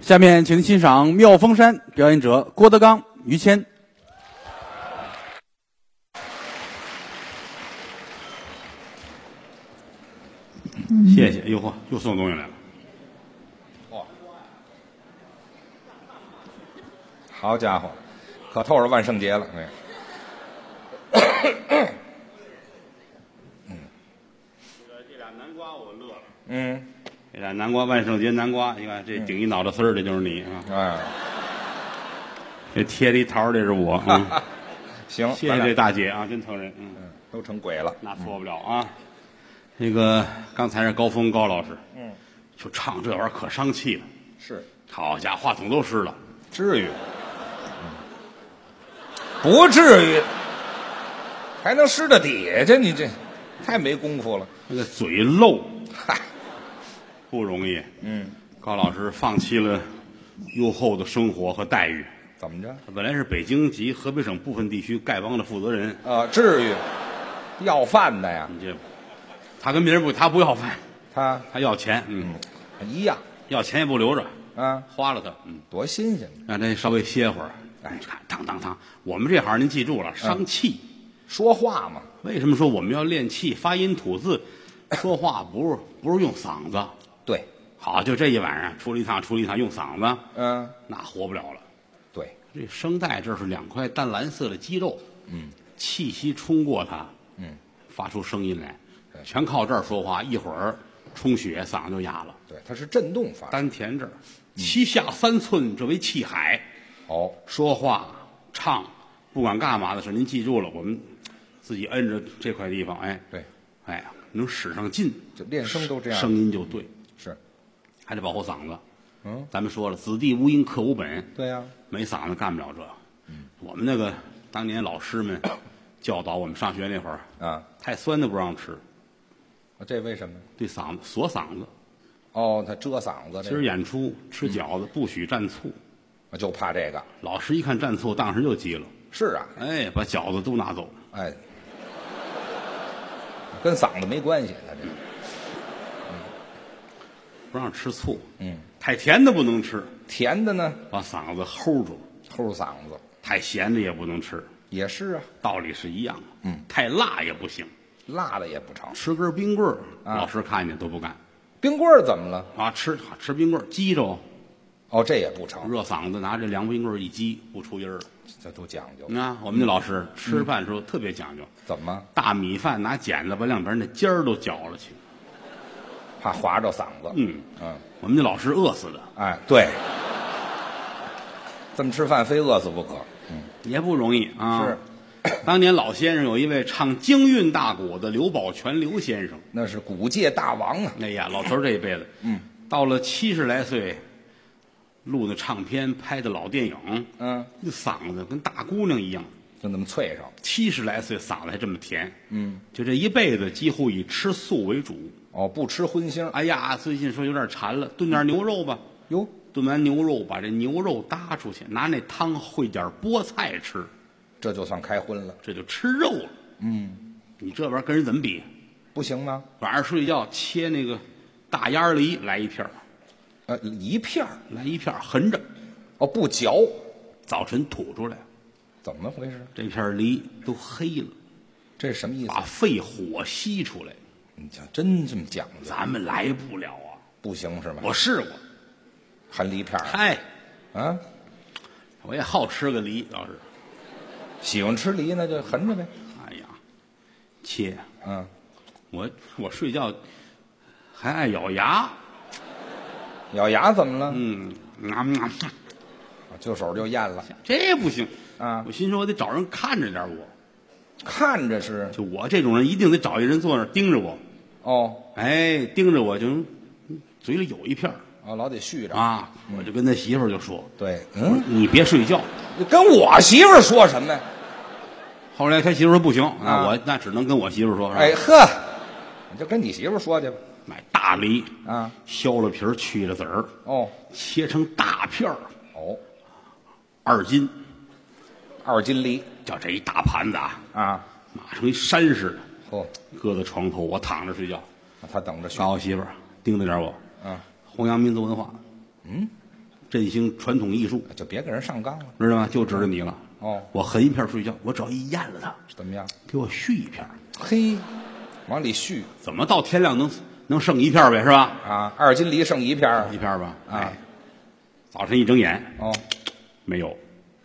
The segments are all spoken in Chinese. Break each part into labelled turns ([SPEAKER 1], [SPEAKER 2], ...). [SPEAKER 1] 下面，请欣赏《妙峰山》表演者郭德纲、于谦。
[SPEAKER 2] 谢谢，哎呦嚯，又送东西来了。
[SPEAKER 3] 好家伙，可透着万圣节了。哎
[SPEAKER 2] 这俩南瓜我乐了。
[SPEAKER 3] 嗯，
[SPEAKER 2] 这俩南瓜，万圣节南瓜，你看这顶一脑袋丝儿，这就是你啊！
[SPEAKER 3] 哎，
[SPEAKER 2] 这贴着一桃儿，这是我。啊
[SPEAKER 3] 行，
[SPEAKER 2] 谢谢
[SPEAKER 3] 咱俩
[SPEAKER 2] 这大姐啊，真疼人。嗯，
[SPEAKER 3] 都成鬼了。
[SPEAKER 2] 那错不了啊。那个刚才是高峰高老师，嗯，就唱这玩意儿可伤气了。
[SPEAKER 3] 是，
[SPEAKER 2] 好家伙，话筒都湿了。
[SPEAKER 3] 至于？嗯不至于，还能湿到底下去？你这太没功夫了。
[SPEAKER 2] 那个嘴漏
[SPEAKER 3] 嗨，
[SPEAKER 2] 不容易。
[SPEAKER 3] 嗯，
[SPEAKER 2] 高老师放弃了优厚的生活和待遇，
[SPEAKER 3] 怎么着？
[SPEAKER 2] 他本来是北京及河北省部分地区丐帮的负责人，
[SPEAKER 3] 啊，至于要饭的呀？
[SPEAKER 2] 你这他跟别人不，他不要饭，
[SPEAKER 3] 他
[SPEAKER 2] 他要钱，嗯，
[SPEAKER 3] 一样
[SPEAKER 2] 要钱也不留着，
[SPEAKER 3] 啊，
[SPEAKER 2] 花了他，嗯，
[SPEAKER 3] 多新鲜！
[SPEAKER 2] 让他稍微歇会儿。嗯哎，看，当当当，我们这行您记住了，伤气。
[SPEAKER 3] 说话嘛，
[SPEAKER 2] 为什么说我们要练气？发音吐字，说话不是不是用嗓子。
[SPEAKER 3] 对，
[SPEAKER 2] 好，就这一晚上出了一趟，出了一趟用嗓子，
[SPEAKER 3] 嗯、
[SPEAKER 2] 那活不了了。
[SPEAKER 3] 对，
[SPEAKER 2] 这声带这是两块淡蓝色的肌肉，嗯，气息冲过它，
[SPEAKER 3] 嗯，
[SPEAKER 2] 发出声音来
[SPEAKER 3] 对，
[SPEAKER 2] 全靠这儿说话，一会儿充血嗓子就哑了。
[SPEAKER 3] 对，它是震动法。
[SPEAKER 2] 丹田这儿，七下三寸，这为气海。
[SPEAKER 3] 好，
[SPEAKER 2] 说话、唱，不管干嘛的事儿，您记住了，我们自己摁着这块地方，哎，
[SPEAKER 3] 对，
[SPEAKER 2] 哎，能使上劲，
[SPEAKER 3] 这练声都这样
[SPEAKER 2] 声音就对，
[SPEAKER 3] 是，
[SPEAKER 2] 还得保护嗓子。
[SPEAKER 3] 嗯，
[SPEAKER 2] 咱们说了，子弟无音克无本，
[SPEAKER 3] 对呀、
[SPEAKER 2] 没嗓子干不了这。
[SPEAKER 3] 嗯
[SPEAKER 2] 我们那个当年老师 们教导我们上学那会儿，
[SPEAKER 3] 啊，
[SPEAKER 2] 太酸的不让吃，
[SPEAKER 3] 这为什么？
[SPEAKER 2] 对嗓子锁嗓子。
[SPEAKER 3] 哦，他遮嗓子，
[SPEAKER 2] 今
[SPEAKER 3] 这
[SPEAKER 2] 儿
[SPEAKER 3] 个
[SPEAKER 2] 演出吃饺子不许蘸醋，
[SPEAKER 3] 我就怕这个。
[SPEAKER 2] 老师一看蘸醋，当时就急了，
[SPEAKER 3] 是啊，
[SPEAKER 2] 哎，把饺子都拿走。
[SPEAKER 3] 哎，跟嗓子没关系，他这个
[SPEAKER 2] 不让吃醋，
[SPEAKER 3] 嗯，
[SPEAKER 2] 太甜的不能吃，
[SPEAKER 3] 甜的呢，
[SPEAKER 2] 把嗓子齁住；
[SPEAKER 3] 齁嗓子
[SPEAKER 2] 太咸的也不能吃，
[SPEAKER 3] 也是啊，
[SPEAKER 2] 道理是一样的。嗯，太辣也不行，
[SPEAKER 3] 辣的也不成。
[SPEAKER 2] 吃根冰棍儿，老师看见都不干
[SPEAKER 3] 冰棍儿怎么了？
[SPEAKER 2] 啊。吃啊吃冰棍儿，激着
[SPEAKER 3] 哦，这也不成，
[SPEAKER 2] 热嗓子，拿这凉冰棍儿一激，不出音儿了。
[SPEAKER 3] 这都讲究
[SPEAKER 2] 你。看我们那老师吃饭的时候特别讲究，
[SPEAKER 3] 怎么
[SPEAKER 2] 大米饭拿剪子把两边那尖儿都绞了去。
[SPEAKER 3] 怕划着嗓子？
[SPEAKER 2] 嗯，
[SPEAKER 3] 嗯，
[SPEAKER 2] 我们那老师饿死的
[SPEAKER 3] 哎，对，这么吃饭非饿死不可。
[SPEAKER 2] 也不容易啊。
[SPEAKER 3] 是，
[SPEAKER 2] 当年老先生有一位唱京韵大鼓的刘宝全刘先生。
[SPEAKER 3] 那是古界大王啊，
[SPEAKER 2] 哎呀，老头儿这一辈子，嗯，到了七十来岁，录的唱片，拍的老电影，
[SPEAKER 3] 嗯，
[SPEAKER 2] 那嗓子跟大姑娘一样，
[SPEAKER 3] 就那么脆上。
[SPEAKER 2] 七十来岁嗓子还这么甜，嗯，就这一辈子几乎以吃素为主。
[SPEAKER 3] 哦，不吃荤腥儿。
[SPEAKER 2] 哎呀，最近说有点馋了，炖点牛肉吧。
[SPEAKER 3] 哟，
[SPEAKER 2] 炖完牛肉，把这牛肉搭出去，拿那汤烩点菠菜吃，
[SPEAKER 3] 这就算开荤了，
[SPEAKER 2] 这就吃肉了。嗯，你这玩意儿跟人怎么比？
[SPEAKER 3] 不行吗？
[SPEAKER 2] 晚上睡觉切那个大鸭梨，来一片儿
[SPEAKER 3] 呃，一片儿
[SPEAKER 2] 来一片儿横着，
[SPEAKER 3] 哦，不嚼，
[SPEAKER 2] 早晨吐出来，
[SPEAKER 3] 怎么回事？
[SPEAKER 2] 这片梨都黑了，
[SPEAKER 3] 这是什么意思啊
[SPEAKER 2] 把？肺火吸出来，
[SPEAKER 3] 你瞧，真这么讲究，
[SPEAKER 2] 咱们来不了啊！
[SPEAKER 3] 不行是吗？
[SPEAKER 2] 我试过，
[SPEAKER 3] 含梨片儿
[SPEAKER 2] 嗨，
[SPEAKER 3] 啊，
[SPEAKER 2] 我也好吃个梨，倒是，
[SPEAKER 3] 喜欢吃梨那就横着呗。
[SPEAKER 2] 哎呀，切，
[SPEAKER 3] 嗯，
[SPEAKER 2] 我我睡觉还爱咬牙，
[SPEAKER 3] 咬牙怎么了？
[SPEAKER 2] 嗯，啊啊
[SPEAKER 3] 就手就咽了，
[SPEAKER 2] 这不行
[SPEAKER 3] 啊
[SPEAKER 2] 我心说，我得找人看着点我，
[SPEAKER 3] 看着是
[SPEAKER 2] 就我这种人，一定得找一人坐那儿盯着我，
[SPEAKER 3] 哦
[SPEAKER 2] 哎，盯着我就嘴里有一片儿
[SPEAKER 3] 哦，老得续着。
[SPEAKER 2] 啊，我就跟他媳妇儿就说，
[SPEAKER 3] 对，
[SPEAKER 2] 我
[SPEAKER 3] 嗯
[SPEAKER 2] 说，你别睡觉。
[SPEAKER 3] 你跟我媳妇儿说什么呀？
[SPEAKER 2] 后来他媳妇儿说不行，那
[SPEAKER 3] 啊
[SPEAKER 2] 我那只能跟我媳妇儿说，
[SPEAKER 3] 哎
[SPEAKER 2] 是吧
[SPEAKER 3] 呵，你就跟你媳妇儿说去吧。
[SPEAKER 2] 买大梨，
[SPEAKER 3] 啊，
[SPEAKER 2] 削了皮儿，去了籽儿，
[SPEAKER 3] 哦
[SPEAKER 2] 切成大片儿，
[SPEAKER 3] 哦，
[SPEAKER 2] 二斤，
[SPEAKER 3] 二斤梨
[SPEAKER 2] 叫这一大盘子啊，
[SPEAKER 3] 啊，
[SPEAKER 2] 码成一山似
[SPEAKER 3] 哦，
[SPEAKER 2] 的，搁在床头，我躺着睡觉，
[SPEAKER 3] 他等着续
[SPEAKER 2] 啊告诉我媳妇儿盯着点我，
[SPEAKER 3] 啊。
[SPEAKER 2] 弘扬民族文化，嗯，振兴传统艺术，
[SPEAKER 3] 就别给人上纲了。
[SPEAKER 2] 知道吗？就指着你了。
[SPEAKER 3] 哦
[SPEAKER 2] 我含一片睡觉，我只要一咽了它，
[SPEAKER 3] 怎么样？
[SPEAKER 2] 给我续一片，
[SPEAKER 3] 嘿，往里续
[SPEAKER 2] 怎么到天亮能能剩一片呗，是吧？
[SPEAKER 3] 啊，二斤梨剩一片儿
[SPEAKER 2] 一片吧。
[SPEAKER 3] 啊
[SPEAKER 2] 哎，早晨一睁眼
[SPEAKER 3] 哦
[SPEAKER 2] 没有，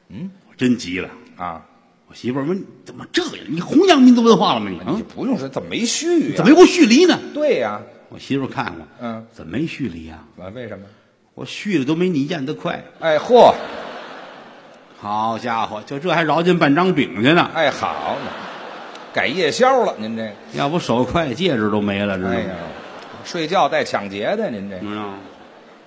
[SPEAKER 2] 嗯，我真急了。
[SPEAKER 3] 啊，
[SPEAKER 2] 我媳妇儿问怎么这样？你弘扬民族文化了吗？你
[SPEAKER 3] 你
[SPEAKER 2] 啊
[SPEAKER 3] 就，不用说，怎么没续呀、
[SPEAKER 2] 怎么又给我续梨呢？
[SPEAKER 3] 对呀、
[SPEAKER 2] 我媳妇儿看我，
[SPEAKER 3] 嗯，
[SPEAKER 2] 怎么没续梨呀？
[SPEAKER 3] 啊，为什么？
[SPEAKER 2] 我续的都没你咽的快。
[SPEAKER 3] 哎嚯，
[SPEAKER 2] 好家伙，就这还饶进半张饼去呢，
[SPEAKER 3] 哎好，改夜宵了，您这，
[SPEAKER 2] 要不手快戒指都没了，知道
[SPEAKER 3] 哎
[SPEAKER 2] 吗？
[SPEAKER 3] 呀，睡觉带抢劫的，您这
[SPEAKER 2] 知道吗？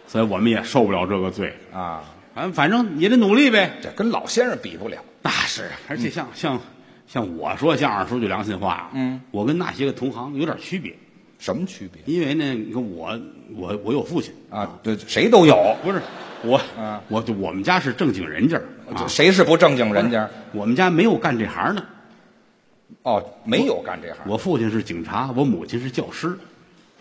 [SPEAKER 2] 所以我们也受不了这个罪，
[SPEAKER 3] 啊，
[SPEAKER 2] 反反正也得努力呗。
[SPEAKER 3] 这跟老先生比不了。
[SPEAKER 2] 那是，啊而且像、像像我说相声说句良心话，啊
[SPEAKER 3] 嗯，
[SPEAKER 2] 我跟那些个同行有点区别，
[SPEAKER 3] 什么区别
[SPEAKER 2] 因为呢，你看我我我有父亲，
[SPEAKER 3] 啊？对，谁都有，
[SPEAKER 2] 不是我，
[SPEAKER 3] 啊
[SPEAKER 2] 我就我们家是正经人家儿啊
[SPEAKER 3] 就，谁是不正经人家？
[SPEAKER 2] 我们家没有干这行的。
[SPEAKER 3] 哦，没有干这行。
[SPEAKER 2] 我父亲是警察，我母亲是教师，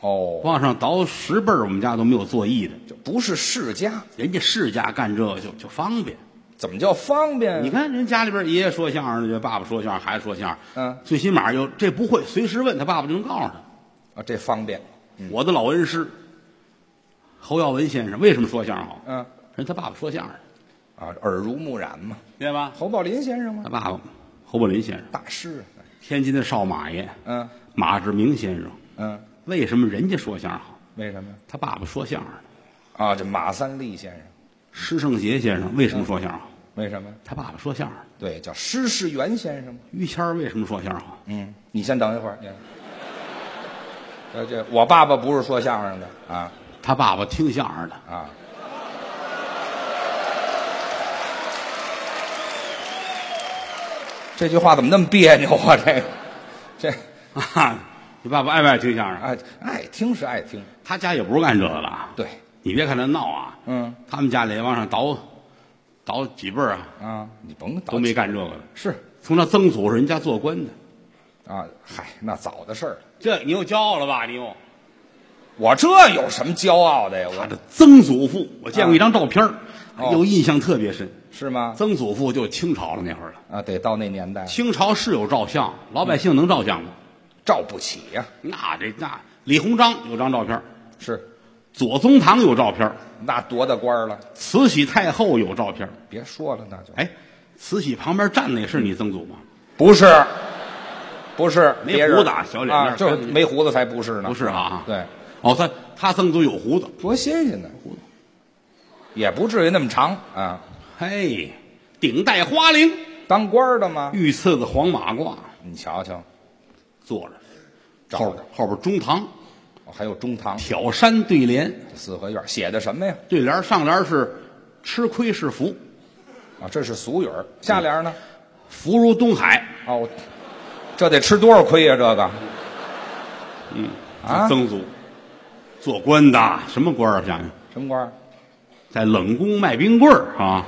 [SPEAKER 3] 哦，
[SPEAKER 2] 往上倒十辈儿，我们家都没有做艺的。
[SPEAKER 3] 就不是世家，
[SPEAKER 2] 人家世家干这个就就方便。
[SPEAKER 3] 怎么叫方便？啊
[SPEAKER 2] 你看人家里边爷爷说相声的，爸爸说相声，孩子说相声，
[SPEAKER 3] 嗯
[SPEAKER 2] 最起码有这不会，随时问他爸爸就能告诉他。
[SPEAKER 3] 啊，这方便，
[SPEAKER 2] 我的老恩师侯耀文先生为什么说相声好？
[SPEAKER 3] 嗯
[SPEAKER 2] 人他爸爸说相声，
[SPEAKER 3] 啊，耳濡目染嘛。
[SPEAKER 2] 对吧？
[SPEAKER 3] 侯宝林先生
[SPEAKER 2] 他
[SPEAKER 3] 吗？
[SPEAKER 2] 爸爸侯宝林先生，
[SPEAKER 3] 大师，
[SPEAKER 2] 天津的少马爷，
[SPEAKER 3] 嗯
[SPEAKER 2] 马志明先生，
[SPEAKER 3] 嗯，
[SPEAKER 2] 为什么人家说相声好？
[SPEAKER 3] 为什么呀？
[SPEAKER 2] 他爸爸说相声的。
[SPEAKER 3] 啊，这马三立先生，
[SPEAKER 2] 施圣杰先生为什么说相声好？
[SPEAKER 3] 为什么呀？
[SPEAKER 2] 他爸爸说相声。
[SPEAKER 3] 对，叫施世元先生嘛。
[SPEAKER 2] 于谦儿为什么说相声好？
[SPEAKER 3] 嗯，你先等一会儿，你。呃，这我爸爸不是说相声的啊
[SPEAKER 2] 他爸爸听相声的。
[SPEAKER 3] 啊，这句话怎么那么别扭啊？这个，这
[SPEAKER 2] 啊，你爸爸爱不爱听相声？
[SPEAKER 3] 爱爱听是爱听，
[SPEAKER 2] 他家也不是干这个的啊。
[SPEAKER 3] 对，
[SPEAKER 2] 你别看他闹啊，
[SPEAKER 3] 嗯
[SPEAKER 2] 他们家里往上倒倒几辈儿啊，
[SPEAKER 3] 啊，你甭
[SPEAKER 2] 都没干这个的。
[SPEAKER 3] 是
[SPEAKER 2] 从他曾祖是人家做官的，
[SPEAKER 3] 啊，嗨，那早的事儿了。
[SPEAKER 2] 这你又骄傲了吧？你又
[SPEAKER 3] 我这有什么骄傲的呀？
[SPEAKER 2] 他
[SPEAKER 3] 我
[SPEAKER 2] 的曾祖父，我见过
[SPEAKER 3] 啊
[SPEAKER 2] 一张照片儿，
[SPEAKER 3] 哦
[SPEAKER 2] 有印象特别深。
[SPEAKER 3] 是吗？
[SPEAKER 2] 曾祖父就清朝了那会儿了，
[SPEAKER 3] 啊，得到那年代
[SPEAKER 2] 清朝是有照相，老百姓能照相吗？
[SPEAKER 3] 照不起呀、
[SPEAKER 2] 那这那李鸿章有张照片儿，
[SPEAKER 3] 是
[SPEAKER 2] 左宗棠有照片儿，
[SPEAKER 3] 那多大官儿了？
[SPEAKER 2] 慈禧太后有照片儿。
[SPEAKER 3] 别说了，那就
[SPEAKER 2] 哎，慈禧旁边站的也是你曾祖吗？
[SPEAKER 3] 不是，不是
[SPEAKER 2] 没
[SPEAKER 3] 别人
[SPEAKER 2] 胡子啊小脸蛋儿
[SPEAKER 3] 啊，就是没胡子才不是呢。
[SPEAKER 2] 不是啊，
[SPEAKER 3] 对，
[SPEAKER 2] 哦，他他曾祖有胡子，
[SPEAKER 3] 多新鲜呢，也不至于那么长啊。
[SPEAKER 2] 嘿，顶戴花翎，
[SPEAKER 3] 当官儿的吗？
[SPEAKER 2] 御赐的黄马褂，
[SPEAKER 3] 你瞧瞧，
[SPEAKER 2] 坐着，
[SPEAKER 3] 照
[SPEAKER 2] 后
[SPEAKER 3] 着
[SPEAKER 2] 边后边中堂
[SPEAKER 3] 哦还有中堂
[SPEAKER 2] 挑山对联，
[SPEAKER 3] 这四合院写的什么呀？
[SPEAKER 2] 对联上联是吃亏是福，
[SPEAKER 3] 啊，这是俗语儿。下联呢？
[SPEAKER 2] 福如东海，
[SPEAKER 3] 哦，这得吃多少亏呀、这个
[SPEAKER 2] 嗯，
[SPEAKER 3] 啊
[SPEAKER 2] 曾祖做官的什么官儿啊？想想，
[SPEAKER 3] 什么官儿？
[SPEAKER 2] 在冷宫卖冰棍儿啊？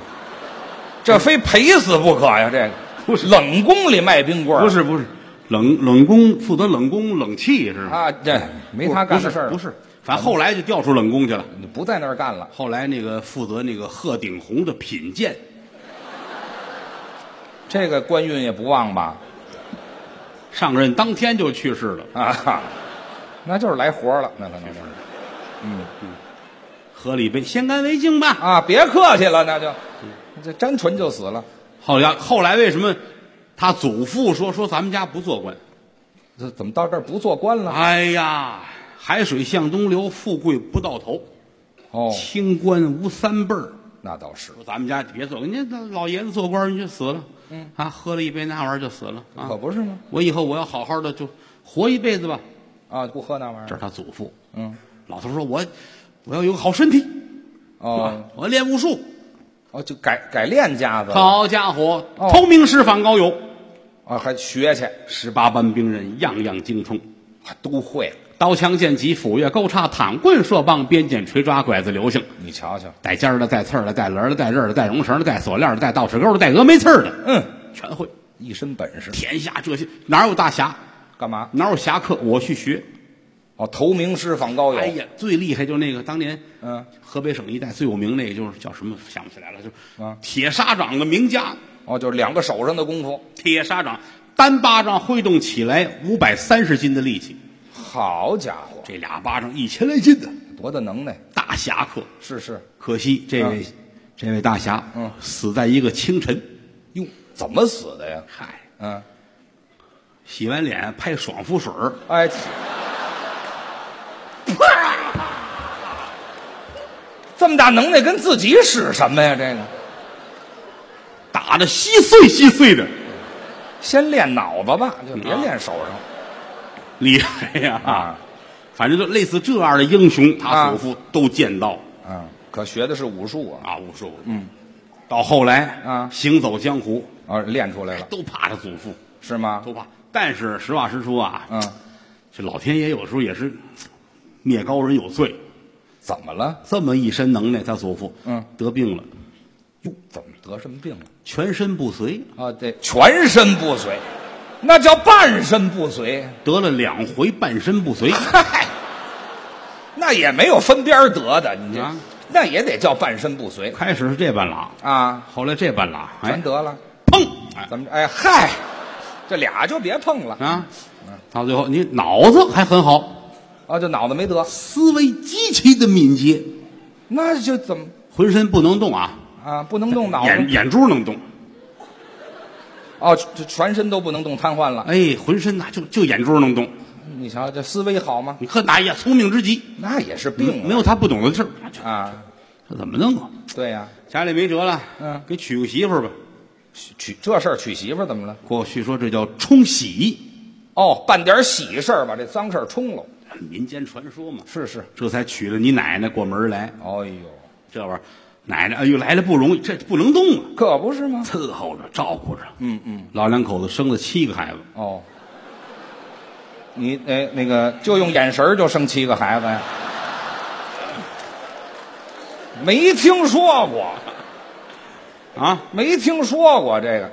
[SPEAKER 3] 这非赔死不可呀！这个
[SPEAKER 2] 不是
[SPEAKER 3] 冷宫里卖冰棍儿，
[SPEAKER 2] 不是不是，冷冷宫负责冷宫冷气是吗？
[SPEAKER 3] 啊，这没他干的事儿，
[SPEAKER 2] 不是，不是反正后来就调出冷宫去了。
[SPEAKER 3] 你不在那儿干了。
[SPEAKER 2] 后来那个负责那个鹤顶红的品鉴，
[SPEAKER 3] 这个官运也不旺吧？
[SPEAKER 2] 上任当天就去世了。
[SPEAKER 3] 啊，哈，那就是来活儿了，那可能是
[SPEAKER 2] 喝了一杯，先干为敬吧。
[SPEAKER 3] 啊，别客气了，那就
[SPEAKER 2] 嗯
[SPEAKER 3] 这沾唇就死了，
[SPEAKER 2] 后来后来为什么他祖父说说咱们家不做官？
[SPEAKER 3] 这怎么到这儿不做官了？
[SPEAKER 2] 哎呀，海水向东流，富贵不到头，
[SPEAKER 3] 哦，
[SPEAKER 2] 清官无三辈儿。
[SPEAKER 3] 那倒是，
[SPEAKER 2] 说咱们家别做，人家老爷子做官人就死了，嗯啊，喝了一杯那玩意儿就死了啊
[SPEAKER 3] 可。不是吗？
[SPEAKER 2] 我以后我要好好的就活一辈子吧。
[SPEAKER 3] 啊，不喝那玩意
[SPEAKER 2] 这
[SPEAKER 3] 儿，
[SPEAKER 2] 是他祖父，
[SPEAKER 3] 嗯，
[SPEAKER 2] 老头说我我要有个好身体，
[SPEAKER 3] 哦
[SPEAKER 2] 我练武术。
[SPEAKER 3] 哦，就改改练家子了
[SPEAKER 2] 好家伙，
[SPEAKER 3] 啊哦
[SPEAKER 2] 投名师访高友，
[SPEAKER 3] 啊，还学去，
[SPEAKER 2] 十八般兵刃样样精通，
[SPEAKER 3] 还都会了。
[SPEAKER 2] 刀枪剑戟斧钺钩叉躺棍射棒鞭锏锤抓拐子流星，
[SPEAKER 3] 你瞧瞧，
[SPEAKER 2] 带尖儿的带刺儿的带轮儿的带刃儿的带绒绳儿的带锁链儿的带倒齿钩儿的带峨眉刺儿的，
[SPEAKER 3] 嗯，
[SPEAKER 2] 全会。
[SPEAKER 3] 一身本事，
[SPEAKER 2] 天下这些哪有大侠，
[SPEAKER 3] 干嘛？
[SPEAKER 2] 哪有侠客？我去学。
[SPEAKER 3] 哦，投名师访高
[SPEAKER 2] 哎
[SPEAKER 3] 友，
[SPEAKER 2] 呀，最厉害就那个当年，
[SPEAKER 3] 哦嗯，
[SPEAKER 2] 河北省一带最有名那个就是叫什么想不起来了，就是
[SPEAKER 3] 啊
[SPEAKER 2] 铁砂掌的名家，
[SPEAKER 3] 哦，就是两个手上的功夫，
[SPEAKER 2] 铁砂掌单巴掌挥动起来五百三十斤的力气，
[SPEAKER 3] 好家伙，
[SPEAKER 2] 这俩巴掌一千来斤的
[SPEAKER 3] 多大能耐！
[SPEAKER 2] 大侠客。
[SPEAKER 3] 是是，
[SPEAKER 2] 可惜这位、这位大侠，
[SPEAKER 3] 嗯
[SPEAKER 2] 死在一个清晨。
[SPEAKER 3] 哟，怎么死的呀？
[SPEAKER 2] 嗨，
[SPEAKER 3] 嗯，
[SPEAKER 2] 洗完脸拍爽肤水儿
[SPEAKER 3] 哎， 这么大能耐跟自己使什么呀？这个
[SPEAKER 2] 打的稀碎稀碎的，
[SPEAKER 3] 先练脑子吧，就
[SPEAKER 2] 嗯啊
[SPEAKER 3] 别练手上
[SPEAKER 2] 厉害呀、反正就类似这样的英雄，他
[SPEAKER 3] 啊
[SPEAKER 2] 祖父都见到
[SPEAKER 3] 嗯，可学的是武术啊，
[SPEAKER 2] 啊，武术。嗯，到后来
[SPEAKER 3] 啊
[SPEAKER 2] 行走江湖，
[SPEAKER 3] 啊，练出来了
[SPEAKER 2] 都怕他祖父，
[SPEAKER 3] 是吗
[SPEAKER 2] 都？怕。但是实话实说啊，
[SPEAKER 3] 嗯，
[SPEAKER 2] 这老天爷有时候也是灭高人有罪，
[SPEAKER 3] 怎么了？
[SPEAKER 2] 这么一身能耐，他祖父
[SPEAKER 3] 嗯
[SPEAKER 2] 得病了，
[SPEAKER 3] 哟，怎么得什么病了？
[SPEAKER 2] 全身不遂，
[SPEAKER 3] 啊，对，全身不遂，那叫半身不遂。
[SPEAKER 2] 得了两回半身不 遂。
[SPEAKER 3] 嗨，那也没有分边儿得的，你这、
[SPEAKER 2] 啊
[SPEAKER 3] 那也得叫半身不遂
[SPEAKER 2] 开始是这半拉，
[SPEAKER 3] 啊，
[SPEAKER 2] 后来这半拉，哎
[SPEAKER 3] 全，得了。
[SPEAKER 2] 砰，哎
[SPEAKER 3] 怎么着？哎嗨，这俩就别碰了
[SPEAKER 2] 啊，到最后你脑子还很好，
[SPEAKER 3] 啊！就脑子没得，
[SPEAKER 2] 思维极其的敏捷，
[SPEAKER 3] 那就怎么
[SPEAKER 2] 浑身不能动啊，
[SPEAKER 3] 啊？不能动脑
[SPEAKER 2] 眼
[SPEAKER 3] 子
[SPEAKER 2] 眼珠能动，
[SPEAKER 3] 哦，这全身都不能动，瘫痪了。
[SPEAKER 2] 哎，浑身呐就就眼珠能动，
[SPEAKER 3] 你瞧这思维好吗？
[SPEAKER 2] 你看哪呀，聪明之极，
[SPEAKER 3] 那也是
[SPEAKER 2] 没
[SPEAKER 3] 病
[SPEAKER 2] 没有他不懂的事儿，这
[SPEAKER 3] 啊啊！
[SPEAKER 2] 这怎么弄啊？
[SPEAKER 3] 对呀、
[SPEAKER 2] 家里没辙了，
[SPEAKER 3] 嗯
[SPEAKER 2] 给娶个媳妇儿吧。
[SPEAKER 3] 娶娶这事儿娶媳妇儿怎么了？
[SPEAKER 2] 过去说这叫冲喜，
[SPEAKER 3] 哦，办点喜事儿把这脏事儿冲了。
[SPEAKER 2] 民间传说嘛，
[SPEAKER 3] 是是，
[SPEAKER 2] 这才娶了你奶奶过门儿来，
[SPEAKER 3] 哎呦，
[SPEAKER 2] 这玩意儿，奶奶哎呦来了不容易，这不能动啊。
[SPEAKER 3] 可不是吗？
[SPEAKER 2] 伺候着，照顾着。
[SPEAKER 3] 嗯嗯，
[SPEAKER 2] 老两口子生了七个孩子，
[SPEAKER 3] 哦，你哎那个就用眼神儿就生七个孩子呀？没听说过，
[SPEAKER 2] 啊，
[SPEAKER 3] 没听说过这个，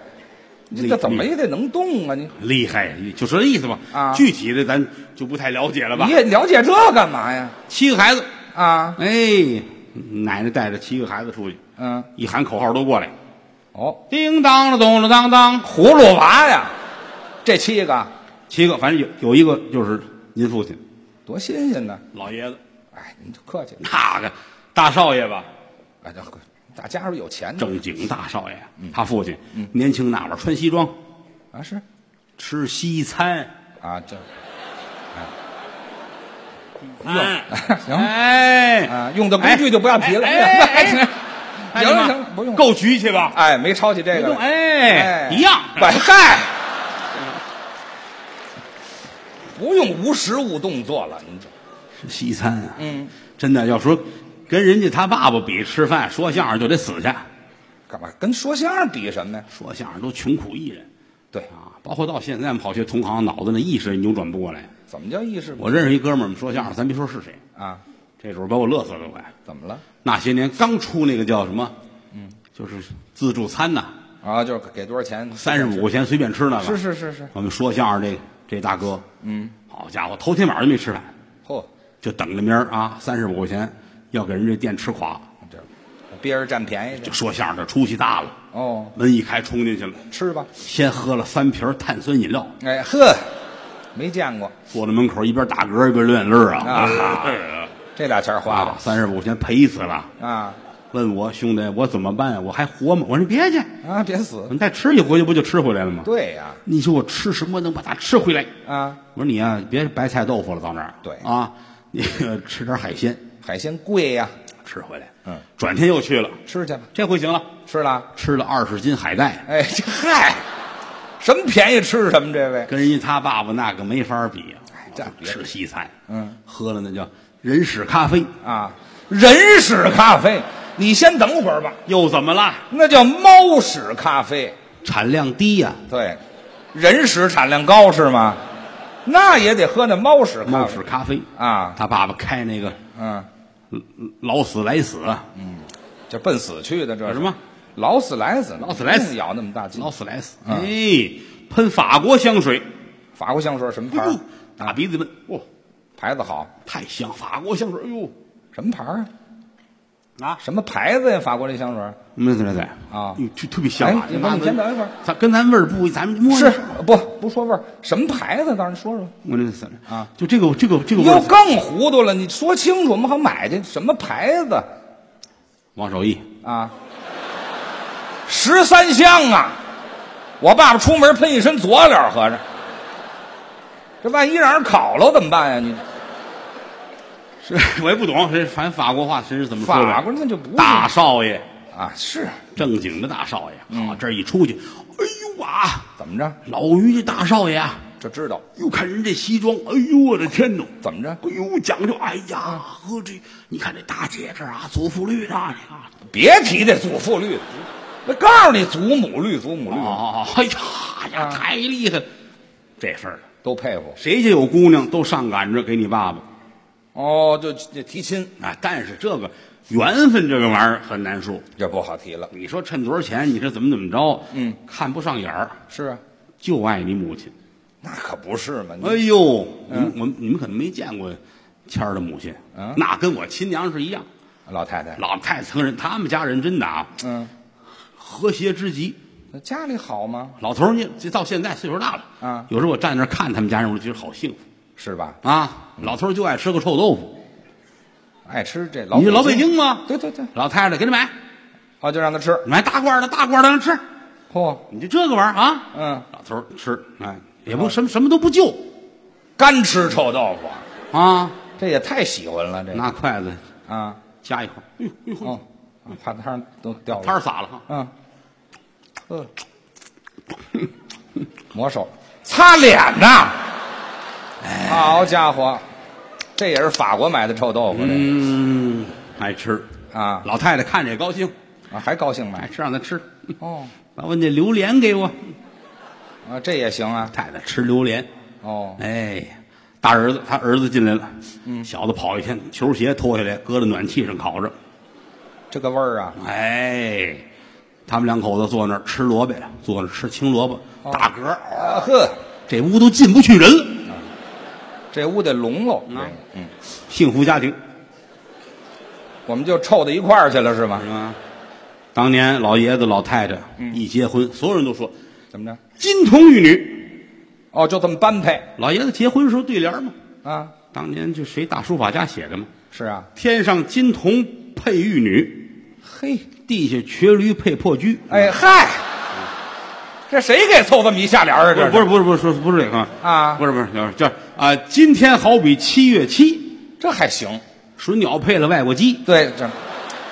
[SPEAKER 2] 厉
[SPEAKER 3] 你这怎么也得能动啊？你
[SPEAKER 2] 厉害，就说这意思吧。
[SPEAKER 3] 啊
[SPEAKER 2] 具体的咱就不太了解了吧
[SPEAKER 3] 你。也了解这干嘛呀？
[SPEAKER 2] 七个孩子，
[SPEAKER 3] 啊，
[SPEAKER 2] 哎，奶奶带着七个孩子出去，
[SPEAKER 3] 嗯，
[SPEAKER 2] 一喊口号都过来，
[SPEAKER 3] 哦，
[SPEAKER 2] 叮当了，咚了当当，
[SPEAKER 3] 葫芦娃呀，这七个
[SPEAKER 2] 七个，反正有有一个就是您父亲
[SPEAKER 3] 多新鲜呢！
[SPEAKER 2] 老爷子，
[SPEAKER 3] 哎，您就客气了，
[SPEAKER 2] 那个大少爷吧，
[SPEAKER 3] 哎，这大家伙有钱呢
[SPEAKER 2] 正经大少爷，
[SPEAKER 3] 嗯
[SPEAKER 2] 他父亲年轻那会儿穿西装，
[SPEAKER 3] 啊是
[SPEAKER 2] 吃西餐，
[SPEAKER 3] 啊，这
[SPEAKER 2] 哎，
[SPEAKER 3] 行
[SPEAKER 2] 哎，
[SPEAKER 3] 啊用的工具就不要提了。
[SPEAKER 2] 哎哎哎
[SPEAKER 3] 行
[SPEAKER 2] 哎
[SPEAKER 3] 行了
[SPEAKER 2] 妈
[SPEAKER 3] 行了，不用。
[SPEAKER 2] 够局去吧？
[SPEAKER 3] 哎，没抄起这个
[SPEAKER 2] 动
[SPEAKER 3] 来。
[SPEAKER 2] 哎，
[SPEAKER 3] 哎
[SPEAKER 2] 一样。
[SPEAKER 3] 百嗨，不用无实物动作了，您这
[SPEAKER 2] 是西餐啊，嗯，真的要说跟人家他爸爸比吃饭说相声就得死去，
[SPEAKER 3] 干嘛跟说相声比什么呀？
[SPEAKER 2] 说相声都穷苦艺人
[SPEAKER 3] 对，
[SPEAKER 2] 啊，包括到现在跑些同行脑子那意识也扭转不过来。
[SPEAKER 3] 怎么叫意识
[SPEAKER 2] 我认识一哥们儿，我们说相声，咱别说是谁，
[SPEAKER 3] 啊？
[SPEAKER 2] 这主儿把我乐死了都快。
[SPEAKER 3] 怎么了？
[SPEAKER 2] 那些年刚出那个叫什么，嗯，就是自助餐呐，
[SPEAKER 3] 啊，就是给多少钱？
[SPEAKER 2] 三十五块钱随便吃那个。
[SPEAKER 3] 是是是是，
[SPEAKER 2] 我们说相声这这大哥，嗯，好家伙，头天晚上就没吃饭，
[SPEAKER 3] 嚯，
[SPEAKER 2] 就等着明儿啊，三十五块钱要给人这店吃垮。
[SPEAKER 3] 这别人占便宜
[SPEAKER 2] 就
[SPEAKER 3] 的
[SPEAKER 2] 说相声的出息大了，
[SPEAKER 3] 哦，
[SPEAKER 2] 门一开冲进去了，
[SPEAKER 3] 吃吧。
[SPEAKER 2] 先喝了三瓶碳酸饮料，
[SPEAKER 3] 哎呵，没见过
[SPEAKER 2] 坐在门口一边打嗝一边流眼泪儿啊！
[SPEAKER 3] 啊
[SPEAKER 2] 啊，
[SPEAKER 3] 这俩钱花
[SPEAKER 2] 啊
[SPEAKER 3] 的
[SPEAKER 2] 三十五块钱赔死了。
[SPEAKER 3] 啊
[SPEAKER 2] 问我兄弟，我怎么办呀？我还活吗？我说你别去，
[SPEAKER 3] 啊！别死，
[SPEAKER 2] 你再吃一回去不就吃回来了吗？
[SPEAKER 3] 对呀
[SPEAKER 2] 你说我吃什么能把它吃回来？
[SPEAKER 3] 啊，
[SPEAKER 2] 我说你呀、别白菜豆腐了，到那儿
[SPEAKER 3] 对
[SPEAKER 2] 啊，你呃吃点海鲜，
[SPEAKER 3] 海鲜贵呀，
[SPEAKER 2] 吃回来。
[SPEAKER 3] 嗯，
[SPEAKER 2] 转天又去了，
[SPEAKER 3] 吃去吧，
[SPEAKER 2] 这回行了，
[SPEAKER 3] 吃了。
[SPEAKER 2] 吃了二十斤海带，
[SPEAKER 3] 哎，这嗨，什么便宜吃什么，这位。
[SPEAKER 2] 跟人家他爸爸那个没法比啊呀、
[SPEAKER 3] 哎这别
[SPEAKER 2] 吃西餐，
[SPEAKER 3] 嗯，
[SPEAKER 2] 喝了那叫人屎咖啡，
[SPEAKER 3] 啊，人屎咖啡，你先等会儿吧，
[SPEAKER 2] 又怎么了？
[SPEAKER 3] 那叫猫屎咖啡。
[SPEAKER 2] 产量低呀、
[SPEAKER 3] 对，人屎产量高是吗？那也得喝那猫屎咖
[SPEAKER 2] 猫
[SPEAKER 3] 啡
[SPEAKER 2] 屎咖啡
[SPEAKER 3] 啊
[SPEAKER 2] 他爸爸开那个
[SPEAKER 3] 嗯，
[SPEAKER 2] 呃老死来死，啊
[SPEAKER 3] 这奔死去的这
[SPEAKER 2] 叫
[SPEAKER 3] 是
[SPEAKER 2] 什么？
[SPEAKER 3] 老死来死，
[SPEAKER 2] 老死来死
[SPEAKER 3] 不用咬那么大劲。
[SPEAKER 2] 老死来死，
[SPEAKER 3] 嗯
[SPEAKER 2] 哎，喷法国香水，
[SPEAKER 3] 法国香水什么牌
[SPEAKER 2] 哎
[SPEAKER 3] 儿
[SPEAKER 2] 呦？，打鼻子喷，哇、
[SPEAKER 3] 牌子好，
[SPEAKER 2] 太香，法国香水，哎呦，
[SPEAKER 3] 什么牌儿啊？
[SPEAKER 2] 啊，
[SPEAKER 3] 什么牌子呀？法国这香水儿？
[SPEAKER 2] 没对对对
[SPEAKER 3] 啊
[SPEAKER 2] 哟特特别香啊！
[SPEAKER 3] 哎
[SPEAKER 2] 这
[SPEAKER 3] 那你
[SPEAKER 2] 闻
[SPEAKER 3] 先等一会儿，
[SPEAKER 2] 咱跟咱味儿不一，咱们摸一
[SPEAKER 3] 是
[SPEAKER 2] 下
[SPEAKER 3] 不不说味儿？什么牌子？当然说说。
[SPEAKER 2] 我这怎么
[SPEAKER 3] 啊？
[SPEAKER 2] 就这个这个这个味
[SPEAKER 3] 又
[SPEAKER 2] 儿，
[SPEAKER 3] 更糊涂了，你说清楚，我们还买这什么牌子
[SPEAKER 2] 王守义
[SPEAKER 3] 啊？十三香啊！我爸爸出门喷一身佐料，合着这万一让人烤了怎么办呀？你
[SPEAKER 2] 是 我也不懂，这反正法国话真是怎么说的？
[SPEAKER 3] 法国人那就不是
[SPEAKER 2] 大少爷，
[SPEAKER 3] 啊，是
[SPEAKER 2] 正经的大少爷，好这儿一出去，哎呦啊，
[SPEAKER 3] 怎么着？
[SPEAKER 2] 老于这大少爷啊，
[SPEAKER 3] 就知道
[SPEAKER 2] 又看人这西装，哎呦我的天呐！
[SPEAKER 3] 怎么着？
[SPEAKER 2] 哎呦，讲究！哎呀，呵，这你看这大姐这儿啊，祖父绿的，你看
[SPEAKER 3] 别提这祖父绿，那告诉你祖母绿、祖母绿、
[SPEAKER 2] 哦，哎呀呀，
[SPEAKER 3] 啊
[SPEAKER 2] 太厉害了，这份儿的，
[SPEAKER 3] 都佩服。
[SPEAKER 2] 谁家有姑娘都上赶着给你爸爸
[SPEAKER 3] 哦，就这提亲
[SPEAKER 2] 啊。但是这个缘分这个玩意儿很难说，
[SPEAKER 3] 这不好提了。
[SPEAKER 2] 你说趁多少钱，你说怎么怎么着，
[SPEAKER 3] 嗯，
[SPEAKER 2] 看不上眼儿，
[SPEAKER 3] 是啊，
[SPEAKER 2] 就爱你母亲。
[SPEAKER 3] 那可不是嘛。你
[SPEAKER 2] 哎呦，你们我们你们可能没见过谦儿的母亲，
[SPEAKER 3] 嗯
[SPEAKER 2] 那跟我亲娘是一样，
[SPEAKER 3] 老太太，
[SPEAKER 2] 老太太人，他们家人真的啊，
[SPEAKER 3] 嗯，
[SPEAKER 2] 和谐之极。
[SPEAKER 3] 那家里好吗？
[SPEAKER 2] 老头儿呢，这到现在岁数大了，
[SPEAKER 3] 啊
[SPEAKER 2] 有时候我站那儿看他们家人，我就觉得好幸福
[SPEAKER 3] 是吧？
[SPEAKER 2] 啊。
[SPEAKER 3] 嗯
[SPEAKER 2] 老头儿就爱吃个臭豆腐，
[SPEAKER 3] 爱吃这老
[SPEAKER 2] 你是老北京吗？
[SPEAKER 3] 对对对，
[SPEAKER 2] 老太太给你买，
[SPEAKER 3] 好就让他吃。
[SPEAKER 2] 买大罐儿的，大罐儿的让吃，
[SPEAKER 3] 嚯、
[SPEAKER 2] 你就这个玩意儿啊。
[SPEAKER 3] 嗯，
[SPEAKER 2] 老头儿吃，哎，也不什么什么都不就
[SPEAKER 3] 干吃臭豆腐啊，
[SPEAKER 2] 啊，
[SPEAKER 3] 这也太喜欢了，这
[SPEAKER 2] 拿筷子
[SPEAKER 3] 啊，
[SPEAKER 2] 夹一口，哎呦哎呦，
[SPEAKER 3] 哦，怕汤儿都掉
[SPEAKER 2] 汤
[SPEAKER 3] 了。
[SPEAKER 2] 儿洒了哈。
[SPEAKER 3] 嗯，呃，抹手，擦脸呐。好家伙，这也是法国买的臭豆腐，这
[SPEAKER 2] 嗯，爱吃
[SPEAKER 3] 啊
[SPEAKER 2] 老太太看着也高兴，
[SPEAKER 3] 啊还高兴
[SPEAKER 2] 爱
[SPEAKER 3] 买
[SPEAKER 2] 吃让她吃。
[SPEAKER 3] 哦
[SPEAKER 2] 把我那榴莲给我，
[SPEAKER 3] 啊，这也行啊
[SPEAKER 2] 太太吃榴莲。
[SPEAKER 3] 哦，嗯
[SPEAKER 2] 哎，大儿子，他儿子进来了，小子跑一天，球鞋脱下来，搁在暖气上烤着。
[SPEAKER 3] 这个味儿啊，
[SPEAKER 2] 哎，他们两口子坐那儿吃萝卜，坐那儿吃青萝卜，大个儿，
[SPEAKER 3] 啊呵，
[SPEAKER 2] 这屋都进不去人了。
[SPEAKER 3] 这屋得笼喽，
[SPEAKER 2] 啊
[SPEAKER 3] 嗯，
[SPEAKER 2] 幸福家庭
[SPEAKER 3] 我们就臭到一块儿去了是吗
[SPEAKER 2] 是？吧？当年老爷子老太太一结婚，所有人都说
[SPEAKER 3] 怎么着？
[SPEAKER 2] 金童玉女。
[SPEAKER 3] 哦，就这么般配
[SPEAKER 2] 老爷子结婚的时候对联儿嘛，
[SPEAKER 3] 啊？
[SPEAKER 2] 当年就谁大书法家写的嘛，
[SPEAKER 3] 是啊，
[SPEAKER 2] 天上金童配玉女，
[SPEAKER 3] 嘿，
[SPEAKER 2] 地下瘸驴配破驹。
[SPEAKER 3] 哎嗨，这谁给凑这么一下联儿啊？
[SPEAKER 2] 不
[SPEAKER 3] 这
[SPEAKER 2] 是不是不是不是说不是这个
[SPEAKER 3] 啊
[SPEAKER 2] 不是不是就是就是啊，今天好比七月七，
[SPEAKER 3] 这还行，
[SPEAKER 2] 水鸟配了外国鸡，
[SPEAKER 3] 对，这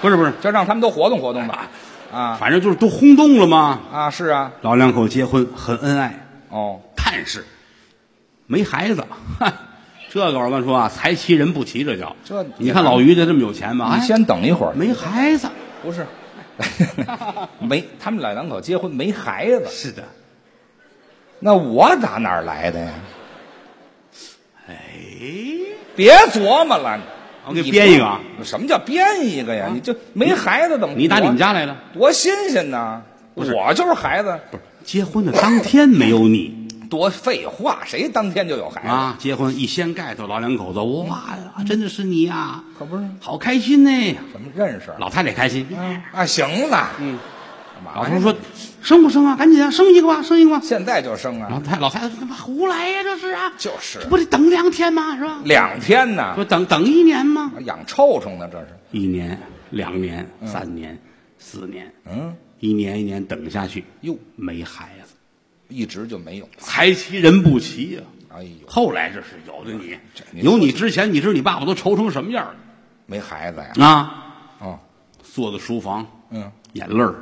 [SPEAKER 2] 不是不是
[SPEAKER 3] 就让他们都活动活动吧。啊
[SPEAKER 2] 反正就是都轰动了嘛。
[SPEAKER 3] 啊，是啊，
[SPEAKER 2] 老两口结婚很恩爱，
[SPEAKER 3] 哦，
[SPEAKER 2] 但是没孩子，哈这个我跟你说啊，财齐人不齐，这叫
[SPEAKER 3] 这
[SPEAKER 2] 你看老于家这么有钱吗？
[SPEAKER 3] 你
[SPEAKER 2] 哎
[SPEAKER 3] 先等一会儿，
[SPEAKER 2] 没孩子，
[SPEAKER 3] 不是，没，他们老两口结婚没孩子，
[SPEAKER 2] 是的，
[SPEAKER 3] 那我打哪儿来的呀？
[SPEAKER 2] 哎，
[SPEAKER 3] 别琢磨了，
[SPEAKER 2] 我给编一个啊，
[SPEAKER 3] 你不什么叫编一个呀？你就没孩子怎么？
[SPEAKER 2] 你打你们家来了？
[SPEAKER 3] 多新鲜呐！我就是孩子，
[SPEAKER 2] 不是结婚的当天没有你。
[SPEAKER 3] 多废话，谁当天就有孩子？
[SPEAKER 2] 啊，结婚一掀盖头，老两口子哇呀，真的是你呀、
[SPEAKER 3] 可不是
[SPEAKER 2] 好开心呢。
[SPEAKER 3] 怎么认识？
[SPEAKER 2] 老太太开心，
[SPEAKER 3] 啊，行了，
[SPEAKER 2] 嗯，
[SPEAKER 3] 干嘛呀
[SPEAKER 2] 老头说生不生啊？赶紧啊，生一个吧，生一个吧。
[SPEAKER 3] 现在就生啊
[SPEAKER 2] 老，太老太太说干嘛胡来呀、这是啊，
[SPEAKER 3] 就是
[SPEAKER 2] 这不得等两天吗？是吧？
[SPEAKER 3] 两天呢，
[SPEAKER 2] 不等等一年吗？
[SPEAKER 3] 养臭虫呢，这是。
[SPEAKER 2] 一年、两年、三年、四年，
[SPEAKER 3] 嗯，
[SPEAKER 2] 一年一年等下去，
[SPEAKER 3] 哟，
[SPEAKER 2] 没孩子，
[SPEAKER 3] 一直就没有。
[SPEAKER 2] 财齐人不齐呀、
[SPEAKER 3] 哎呦，
[SPEAKER 2] 后来这是有的你
[SPEAKER 3] 这，你
[SPEAKER 2] 有你之前，你知道你爸爸都愁成什么样了
[SPEAKER 3] 没孩子呀？
[SPEAKER 2] 啊？
[SPEAKER 3] 哦，
[SPEAKER 2] 坐在书房，
[SPEAKER 3] 嗯，
[SPEAKER 2] 眼泪儿，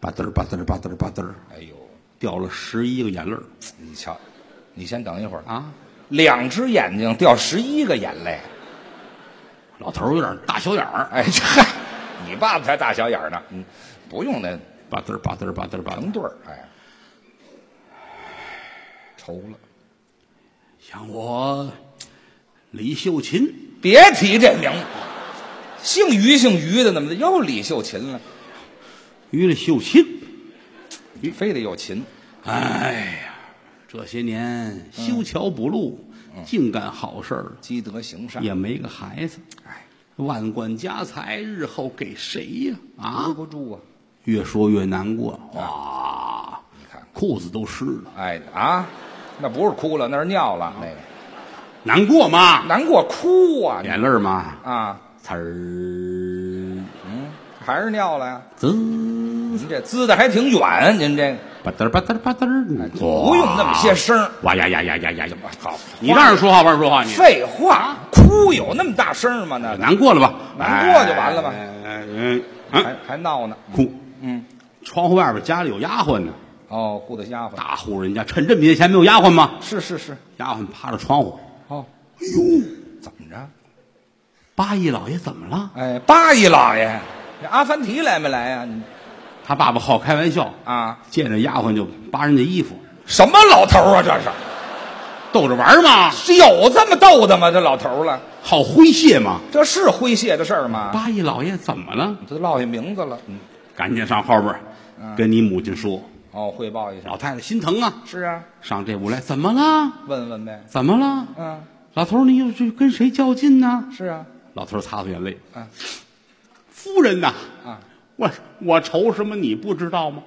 [SPEAKER 2] 吧嘚儿吧嘚儿吧嘚儿吧嘚儿，
[SPEAKER 3] 哎呦，
[SPEAKER 2] 掉了十一个眼泪儿
[SPEAKER 3] 你瞧，你先等一会儿，
[SPEAKER 2] 啊！
[SPEAKER 3] 两只眼睛掉十一个眼泪。
[SPEAKER 2] 老头儿有点大小眼儿，
[SPEAKER 3] 哎， 这嗨，你爸爸才大小眼儿呢，嗯，不用那
[SPEAKER 2] 吧嘚儿吧嘚儿吧嘚儿吧嘚
[SPEAKER 3] 成
[SPEAKER 2] 儿，
[SPEAKER 3] 对儿，哎，愁了。
[SPEAKER 2] 像我李秀琴，
[SPEAKER 3] 别提这名字，姓于姓于的，怎么的又李秀琴了？
[SPEAKER 2] 于了秀琴，
[SPEAKER 3] 非得有琴，
[SPEAKER 2] 哎呀，这些年修桥补路，净干好事儿，
[SPEAKER 3] 积德行善，
[SPEAKER 2] 也没个孩子，哎，万贯家财日后给谁呀？
[SPEAKER 3] 留
[SPEAKER 2] 啊，
[SPEAKER 3] 不住啊！
[SPEAKER 2] 越说越难过，哇，
[SPEAKER 3] 你看，
[SPEAKER 2] 裤子都湿了，
[SPEAKER 3] 哎啊，那不是哭了，那是尿了，那个
[SPEAKER 2] 难过吗？
[SPEAKER 3] 难过哭啊！
[SPEAKER 2] 眼泪儿吗？
[SPEAKER 3] 啊，
[SPEAKER 2] 呲
[SPEAKER 3] 嗯
[SPEAKER 2] 儿，
[SPEAKER 3] 还是尿了呀？
[SPEAKER 2] 滋，
[SPEAKER 3] 您这滋的还挺远，您这个
[SPEAKER 2] 吧嗒儿吧嗒儿吧嗒儿，
[SPEAKER 3] 不用那么些声儿。
[SPEAKER 2] 哇呀呀呀呀呀呀！
[SPEAKER 3] 好，
[SPEAKER 2] 你让人说话，不让人说话，你
[SPEAKER 3] 废话，哭有那么大声吗？那
[SPEAKER 2] 难过了吧？
[SPEAKER 3] 难过就完了吧
[SPEAKER 2] 哎哎哎哎
[SPEAKER 3] 还
[SPEAKER 2] 嗯，
[SPEAKER 3] 还闹呢？
[SPEAKER 2] 哭。
[SPEAKER 3] 嗯，
[SPEAKER 2] 窗户外边家里有丫鬟呢，
[SPEAKER 3] 哦，护的家伙，
[SPEAKER 2] 大户人家趁这么些钱没有丫鬟吗？
[SPEAKER 3] 是是是，
[SPEAKER 2] 丫鬟趴着窗户，
[SPEAKER 3] 哦，
[SPEAKER 2] 哎呦，
[SPEAKER 3] 怎么着？
[SPEAKER 2] 八姨老爷怎么了？
[SPEAKER 3] 哎，八姨老爷，这阿凡提来没来呀、你
[SPEAKER 2] 他爸爸好开玩笑，
[SPEAKER 3] 啊，
[SPEAKER 2] 见着丫鬟就扒人家衣服，
[SPEAKER 3] 什么老头啊？这是
[SPEAKER 2] 逗着玩嘛，
[SPEAKER 3] 是有这么逗的吗？这老头了，
[SPEAKER 2] 好诙谐嘛。
[SPEAKER 3] 这是诙谐的事儿吗？
[SPEAKER 2] 八姨老爷怎么了？
[SPEAKER 3] 你都落下名字了，嗯，
[SPEAKER 2] 赶紧上后边儿跟你母亲说，
[SPEAKER 3] 哦，汇报一下。
[SPEAKER 2] 老太太心疼啊，
[SPEAKER 3] 是啊，
[SPEAKER 2] 上这屋来，怎么了？
[SPEAKER 3] 问问呗。
[SPEAKER 2] 怎么了？
[SPEAKER 3] 嗯，
[SPEAKER 2] 老头儿，你又这跟谁较劲呢？
[SPEAKER 3] 是啊，
[SPEAKER 2] 老头儿擦擦眼泪，
[SPEAKER 3] 啊
[SPEAKER 2] 夫人呐，
[SPEAKER 3] 啊，
[SPEAKER 2] 我我愁什么你不知道吗？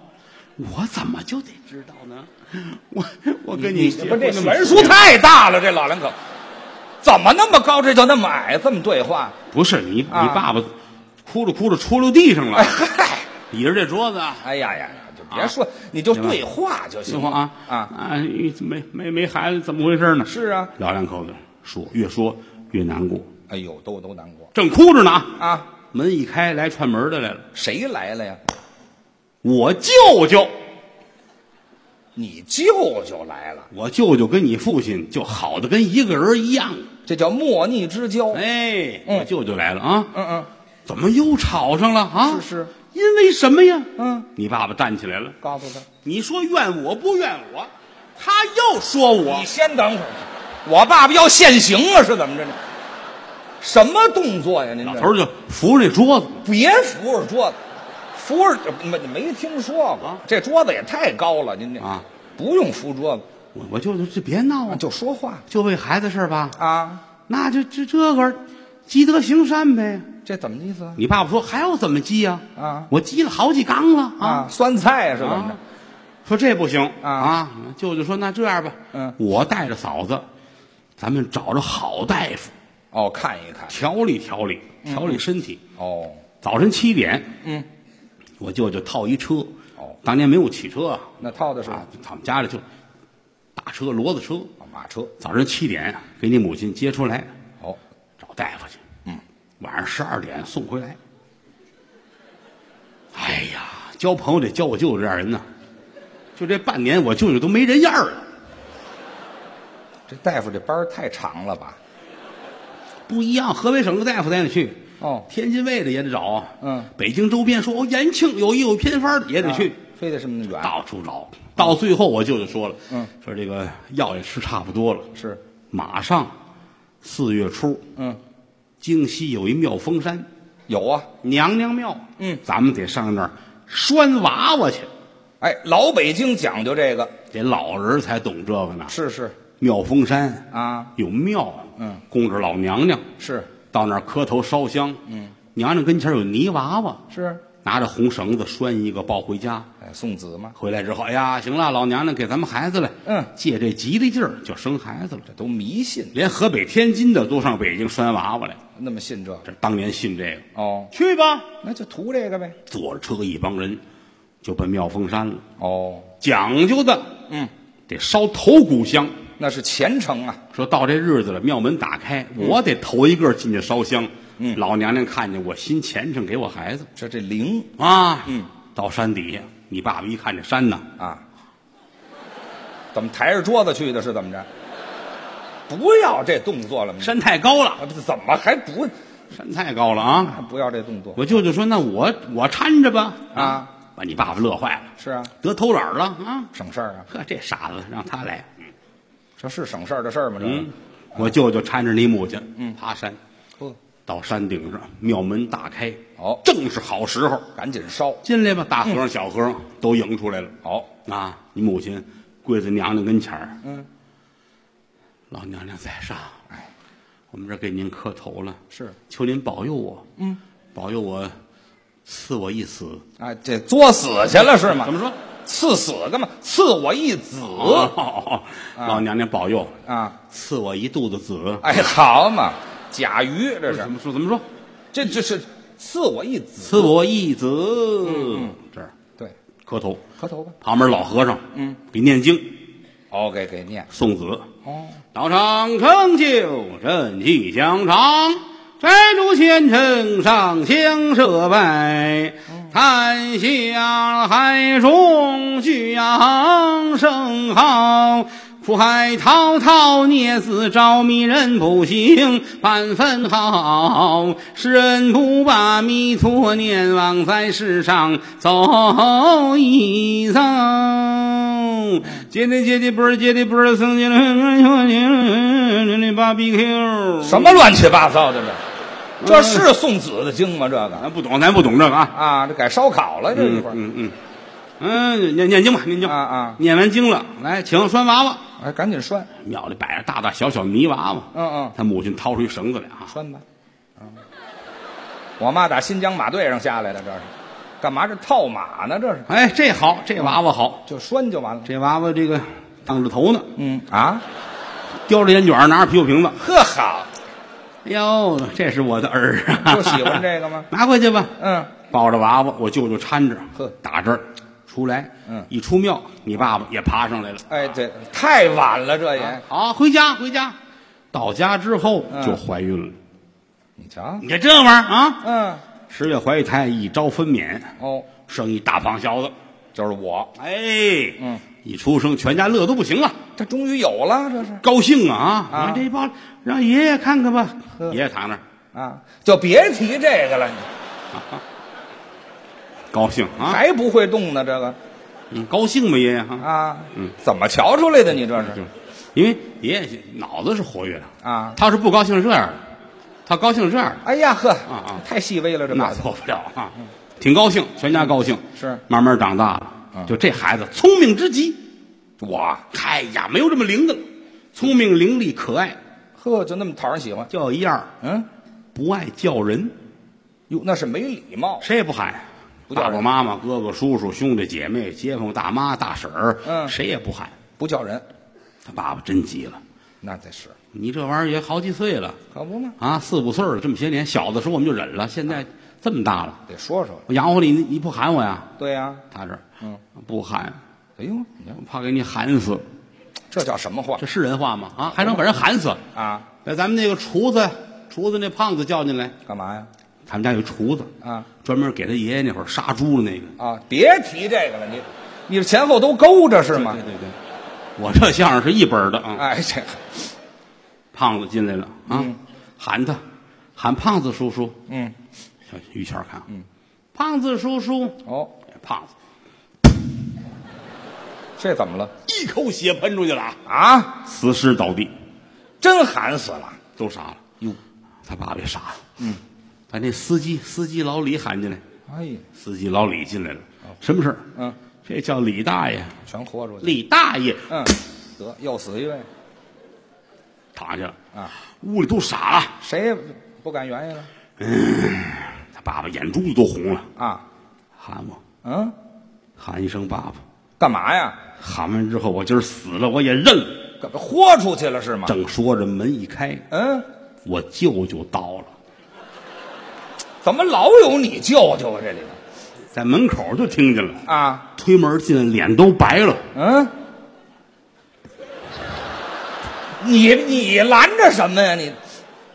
[SPEAKER 2] 我怎么就得知道呢？ 我我跟
[SPEAKER 3] 你
[SPEAKER 2] 结
[SPEAKER 3] 不
[SPEAKER 2] 婚
[SPEAKER 3] 这
[SPEAKER 2] 那么
[SPEAKER 3] 悬
[SPEAKER 2] 多
[SPEAKER 3] 殊
[SPEAKER 2] 年
[SPEAKER 3] 太大了，这老两口怎么那么高，这就那么矮，这么对话？
[SPEAKER 2] 不是你你
[SPEAKER 3] 啊
[SPEAKER 2] 爸爸哭着哭着戳溜地上了
[SPEAKER 3] 哎，嗨，
[SPEAKER 2] 倚着这桌子啊
[SPEAKER 3] 哎呀呀，就别说，你就
[SPEAKER 2] 行吧
[SPEAKER 3] 对话就
[SPEAKER 2] 啊行
[SPEAKER 3] 行
[SPEAKER 2] 吗
[SPEAKER 3] 了
[SPEAKER 2] 啊
[SPEAKER 3] 啊！
[SPEAKER 2] 啊没没没孩子怎么回事呢？
[SPEAKER 3] 是啊，
[SPEAKER 2] 老两口子说越说越难过，
[SPEAKER 3] 哎呦，都都难过
[SPEAKER 2] 正哭着呢啊，
[SPEAKER 3] 啊！
[SPEAKER 2] 门一开来串门的来了，
[SPEAKER 3] 谁来了呀？
[SPEAKER 2] 我舅舅。
[SPEAKER 3] 你舅舅来了，
[SPEAKER 2] 我舅舅跟你父亲就好的跟一个人一样。
[SPEAKER 3] 这叫莫逆之交。
[SPEAKER 2] 哎，
[SPEAKER 3] 嗯
[SPEAKER 2] 我舅舅来了啊，
[SPEAKER 3] 嗯嗯，
[SPEAKER 2] 怎么又吵上了啊？
[SPEAKER 3] 是是，
[SPEAKER 2] 因为什么呀？
[SPEAKER 3] 嗯，
[SPEAKER 2] 你爸爸站起来了，
[SPEAKER 3] 告诉他，
[SPEAKER 2] 你说怨我不怨我？他又说我
[SPEAKER 3] 你，先等会儿，我爸爸要现行啊，是怎么着呢？什么动作呀？您
[SPEAKER 2] 老
[SPEAKER 3] 这
[SPEAKER 2] 头儿就扶着这桌子，
[SPEAKER 3] 别扶着桌子，扶着没没听说过
[SPEAKER 2] 啊，
[SPEAKER 3] 这桌子也太高了，您这
[SPEAKER 2] 啊，
[SPEAKER 3] 不用扶桌子，
[SPEAKER 2] 我我舅舅这别闹啊，
[SPEAKER 3] 就说话
[SPEAKER 2] 就为孩子事儿吧，
[SPEAKER 3] 啊，
[SPEAKER 2] 那就这这个积德行善呗。
[SPEAKER 3] 这怎么意思啊？
[SPEAKER 2] 你爸爸说还要怎么积呀？
[SPEAKER 3] 啊
[SPEAKER 2] 我积了好几缸了
[SPEAKER 3] 啊，酸菜啊是怎么着
[SPEAKER 2] 啊？，说这不行
[SPEAKER 3] 啊
[SPEAKER 2] 舅舅说那这样吧，
[SPEAKER 3] 嗯
[SPEAKER 2] 我带着嫂子，咱们找着好大夫
[SPEAKER 3] 哦，看一看，
[SPEAKER 2] 调理调理调理身体。
[SPEAKER 3] 哦，
[SPEAKER 2] 早晨七点，
[SPEAKER 3] 嗯，
[SPEAKER 2] 我舅舅套一车，
[SPEAKER 3] 哦
[SPEAKER 2] 当年没有汽车啊，
[SPEAKER 3] 那套的是哦
[SPEAKER 2] 啊，他们家里就大车骡子车。
[SPEAKER 3] 马车，
[SPEAKER 2] 早晨七点啊给你母亲接出来，
[SPEAKER 3] 哦，
[SPEAKER 2] 找大夫去，嗯，晚上十二点送回来。哎呀，交朋友得交我舅舅这样人呐，就这半年我舅舅都没人样儿了。
[SPEAKER 3] 这大夫这班儿太长了吧？
[SPEAKER 2] 不一样，河北省的大夫咱也得去，
[SPEAKER 3] 哦
[SPEAKER 2] 天津卫的也得找，啊
[SPEAKER 3] 嗯，
[SPEAKER 2] 北京周边说哦，延庆有一有偏方的也得去，
[SPEAKER 3] 啊非得这么远？
[SPEAKER 2] 到处找。到最后，我舅舅说了，
[SPEAKER 3] 嗯，
[SPEAKER 2] 说这个药也吃差不多了，
[SPEAKER 3] 是，
[SPEAKER 2] 马上四月初，
[SPEAKER 3] 嗯，
[SPEAKER 2] 京西有一妙峰山
[SPEAKER 3] 有啊，
[SPEAKER 2] 娘娘庙，
[SPEAKER 3] 嗯，
[SPEAKER 2] 咱们得上那儿拴娃娃去，
[SPEAKER 3] 哎，老北京讲究这个，
[SPEAKER 2] 得老人才懂这个呢。
[SPEAKER 3] 是是
[SPEAKER 2] 妙峰山
[SPEAKER 3] 啊，
[SPEAKER 2] 有庙，
[SPEAKER 3] 嗯，
[SPEAKER 2] 供着老娘娘，
[SPEAKER 3] 是
[SPEAKER 2] 到那儿磕头烧香，嗯，娘娘跟前有泥娃娃，
[SPEAKER 3] 是，
[SPEAKER 2] 拿着红绳子拴一个抱回家。
[SPEAKER 3] 哎，送子嘛，
[SPEAKER 2] 回来之后，哎呀，行了，老娘娘给咱们孩子了，
[SPEAKER 3] 嗯
[SPEAKER 2] 借这吉利劲儿就生孩子了。
[SPEAKER 3] 这都迷信，
[SPEAKER 2] 连河北、天津的都上北京拴娃娃来，
[SPEAKER 3] 那么信这个
[SPEAKER 2] 这当年信这个，
[SPEAKER 3] 哦，
[SPEAKER 2] 去吧，
[SPEAKER 3] 那就图这个呗。
[SPEAKER 2] 坐着车一帮人就奔妙峰山了。
[SPEAKER 3] 哦，
[SPEAKER 2] 讲究的，
[SPEAKER 3] 嗯，
[SPEAKER 2] 得烧头骨香。
[SPEAKER 3] 那是虔诚啊，
[SPEAKER 2] 说到这日子了，庙门打开，
[SPEAKER 3] 嗯
[SPEAKER 2] 我得头一个进去烧香。嗯，老娘娘看见我心虔诚，给我孩子
[SPEAKER 3] 这这灵
[SPEAKER 2] 啊。
[SPEAKER 3] 嗯，
[SPEAKER 2] 到山底下，你爸爸一看这山呐，
[SPEAKER 3] 啊，怎么抬着桌子去的？是怎么着？不要这动作了吗？
[SPEAKER 2] 山太高了，
[SPEAKER 3] 啊，不是怎么还不
[SPEAKER 2] 山太高了啊！
[SPEAKER 3] 不要这动作？
[SPEAKER 2] 我舅舅说：“那我我搀着吧。”
[SPEAKER 3] 啊，
[SPEAKER 2] 把你爸爸乐坏了，
[SPEAKER 3] 是啊，
[SPEAKER 2] 得偷懒了啊！
[SPEAKER 3] 省事儿啊，
[SPEAKER 2] 呵，这傻子让他来。
[SPEAKER 3] 这是省事儿的事儿吗？这
[SPEAKER 2] 嗯，我舅舅搀着你母亲，嗯，爬山
[SPEAKER 3] 呵，
[SPEAKER 2] 到山顶上，庙门大开，
[SPEAKER 3] 哦
[SPEAKER 2] 正是好时候，
[SPEAKER 3] 赶紧烧
[SPEAKER 2] 进来吧，大和尚、小和尚都迎出来了。
[SPEAKER 3] 好，
[SPEAKER 2] 啊，你母亲跪在娘娘跟前儿，
[SPEAKER 3] 嗯，
[SPEAKER 2] 老娘娘在上，哎，我们这儿给您磕头了，
[SPEAKER 3] 是，
[SPEAKER 2] 求您保佑我，嗯，保佑我，赐我一死。
[SPEAKER 3] 哎，这作死去了是吗？
[SPEAKER 2] 怎么说？
[SPEAKER 3] 赐死干嘛？赐我一子
[SPEAKER 2] 哦，老娘娘保佑，
[SPEAKER 3] 啊！
[SPEAKER 2] 赐我一肚子子。
[SPEAKER 3] 哎，好嘛，甲鱼这
[SPEAKER 2] 怎
[SPEAKER 3] 是，
[SPEAKER 2] 么说？怎么说？
[SPEAKER 3] 这这是赐我一子。
[SPEAKER 2] 赐我一子。这儿
[SPEAKER 3] 对，
[SPEAKER 2] 磕头，
[SPEAKER 3] 磕头吧。
[SPEAKER 2] 旁边老和尚，嗯，给念经
[SPEAKER 3] 哦，给给念。
[SPEAKER 2] 送子。
[SPEAKER 3] 哦，
[SPEAKER 2] 道场成就，正气香长，斋主虔诚，上香设拜，檀香海中举扬声号。苦海滔滔，孽子招迷人不行半分好。世人不把弥陀念，枉在世上走一遭。接的接的不是接的不是僧接的八 BQ
[SPEAKER 3] 什么乱七八糟的这？这是送子的经吗？这个
[SPEAKER 2] 咱不懂，咱不懂这个啊。
[SPEAKER 3] 啊，这改烧烤了，这一
[SPEAKER 2] 嗯
[SPEAKER 3] 会儿。
[SPEAKER 2] 嗯嗯，嗯，念念经吧，念经
[SPEAKER 3] 啊啊
[SPEAKER 2] 念完经了，来请拴娃娃。
[SPEAKER 3] 哎，赶紧拴，
[SPEAKER 2] 庙里摆着大大小小泥娃娃，
[SPEAKER 3] 嗯嗯
[SPEAKER 2] 他母亲掏出一绳子来啊，
[SPEAKER 3] 拴吧。啊，我妈打新疆马队上下来的，这是，干嘛这套马呢？这是，
[SPEAKER 2] 哎，这好，这娃娃好，
[SPEAKER 3] 就拴就完了。
[SPEAKER 2] 这娃娃这个当着头呢，
[SPEAKER 3] 嗯啊，
[SPEAKER 2] 叼着烟卷儿，拿着啤酒瓶子，
[SPEAKER 3] 呵好，
[SPEAKER 2] 哎呦，这是我的儿啊！
[SPEAKER 3] 就喜欢这个吗
[SPEAKER 2] 拿回去吧，
[SPEAKER 3] 嗯，
[SPEAKER 2] 抱着娃娃，我舅舅搀着，
[SPEAKER 3] 呵
[SPEAKER 2] 打这儿出来，
[SPEAKER 3] 嗯
[SPEAKER 2] 一出庙，你爸爸也爬上来了。
[SPEAKER 3] 哎，这太晚了，这也，
[SPEAKER 2] 好，回家回家，到家之后
[SPEAKER 3] 嗯
[SPEAKER 2] 就怀孕了。
[SPEAKER 3] 你瞧，
[SPEAKER 2] 你看这玩意儿啊，
[SPEAKER 3] 嗯，
[SPEAKER 2] 十月怀胎，一朝分娩，
[SPEAKER 3] 哦，
[SPEAKER 2] 生一大胖小子。
[SPEAKER 3] 就是我，
[SPEAKER 2] 哎，
[SPEAKER 3] 嗯，
[SPEAKER 2] 一出生全家乐都不行了，
[SPEAKER 3] 这终于有了，这是
[SPEAKER 2] 高兴啊啊！
[SPEAKER 3] 啊
[SPEAKER 2] 你看这抱，让爷爷看看吧。
[SPEAKER 3] 呵
[SPEAKER 2] 爷爷躺那儿
[SPEAKER 3] 啊，就别提这个了，你
[SPEAKER 2] 高兴啊，
[SPEAKER 3] 还不会动呢，这个
[SPEAKER 2] 嗯高兴吧，爷爷哈。
[SPEAKER 3] 啊，
[SPEAKER 2] 嗯，
[SPEAKER 3] 怎么瞧出来的？你这是
[SPEAKER 2] 就因为爷爷脑子是活跃的，
[SPEAKER 3] 啊，
[SPEAKER 2] 他是不高兴是这样的，他高兴是这样的，
[SPEAKER 3] 哎呀呵，
[SPEAKER 2] 啊
[SPEAKER 3] 太细微了，这
[SPEAKER 2] 那
[SPEAKER 3] 脑
[SPEAKER 2] 错不了啊，挺高兴，全家高兴。
[SPEAKER 3] 嗯是
[SPEAKER 2] 慢慢长大了，
[SPEAKER 3] 嗯
[SPEAKER 2] 就这孩子聪明之极，
[SPEAKER 3] 我
[SPEAKER 2] 哎呀，没有这么灵的了，聪明伶俐可爱，
[SPEAKER 3] 呵，就那么讨人喜欢，
[SPEAKER 2] 就一样
[SPEAKER 3] 嗯，
[SPEAKER 2] 不爱叫人，
[SPEAKER 3] 哟，那是没礼貌，
[SPEAKER 2] 谁也不喊。
[SPEAKER 3] 不叫
[SPEAKER 2] 爸爸
[SPEAKER 3] 人
[SPEAKER 2] 妈妈、哥哥、叔叔、兄弟姐妹、街坊大妈、大婶儿，
[SPEAKER 3] 嗯
[SPEAKER 2] 谁也不喊。
[SPEAKER 3] 不叫人，
[SPEAKER 2] 他爸爸真急了，
[SPEAKER 3] 那得是，
[SPEAKER 2] 你这玩意儿也好几岁了
[SPEAKER 3] 可不嘛，
[SPEAKER 2] 啊，四五岁了，这么些年，小的时候我们就忍了，现在这么大了，
[SPEAKER 3] 得说说，
[SPEAKER 2] 我养活你，你你不喊我呀？
[SPEAKER 3] 对呀，
[SPEAKER 2] 他这，
[SPEAKER 3] 嗯，
[SPEAKER 2] 不喊，
[SPEAKER 3] 哎呦，你看
[SPEAKER 2] 我怕给你喊死。
[SPEAKER 3] 这叫什么话
[SPEAKER 2] 这是人话吗？啊，还能把人喊死？
[SPEAKER 3] 啊？
[SPEAKER 2] 把咱们那个厨子，厨子那胖子叫进来，
[SPEAKER 3] 干嘛呀？
[SPEAKER 2] 他们家有一厨子，
[SPEAKER 3] 啊，
[SPEAKER 2] 专门给他爷爷那会儿杀猪的那个。
[SPEAKER 3] 啊，别提这个了，你你是前后都勾着是吗
[SPEAKER 2] 对？对对，我这相声是一本儿的啊。
[SPEAKER 3] 哎，这
[SPEAKER 2] 胖子进来了啊，喊他，喊胖子叔叔。
[SPEAKER 3] 嗯，
[SPEAKER 2] 小于谦儿看，嗯，胖子叔叔，哎
[SPEAKER 3] 哦，
[SPEAKER 2] 胖子
[SPEAKER 3] 这怎么了
[SPEAKER 2] 一口血喷出去了啊，
[SPEAKER 3] 啊？
[SPEAKER 2] 死尸倒地，
[SPEAKER 3] 真喊死了
[SPEAKER 2] 都傻了。哟，他爸爸也傻了。嗯，把那司机司机老李喊进来。
[SPEAKER 3] 哎呀，
[SPEAKER 2] 司机老李进来了，什么事儿？嗯
[SPEAKER 3] 嗯，
[SPEAKER 2] 这叫李大爷，
[SPEAKER 3] 全豁出去，
[SPEAKER 2] 李大爷
[SPEAKER 3] 嗯，得又死一位
[SPEAKER 2] 躺下了，
[SPEAKER 3] 啊，
[SPEAKER 2] 屋里都傻了，
[SPEAKER 3] 谁也不敢原因了
[SPEAKER 2] 他爸爸眼珠子都红了，
[SPEAKER 3] 啊？
[SPEAKER 2] 喊我，
[SPEAKER 3] 嗯，
[SPEAKER 2] 喊一声爸爸，
[SPEAKER 3] 干嘛呀？
[SPEAKER 2] 喊完之后我今儿死了我也认了。
[SPEAKER 3] 干嘛豁出去了是吗？
[SPEAKER 2] 正说着，门一开，
[SPEAKER 3] 嗯，
[SPEAKER 2] 我舅舅到了，
[SPEAKER 3] 怎么老有你舅舅啊这里头
[SPEAKER 2] 在门口就听见了，
[SPEAKER 3] 啊？
[SPEAKER 2] 推门进来，脸都白了。
[SPEAKER 3] 嗯，你你拦着什么呀你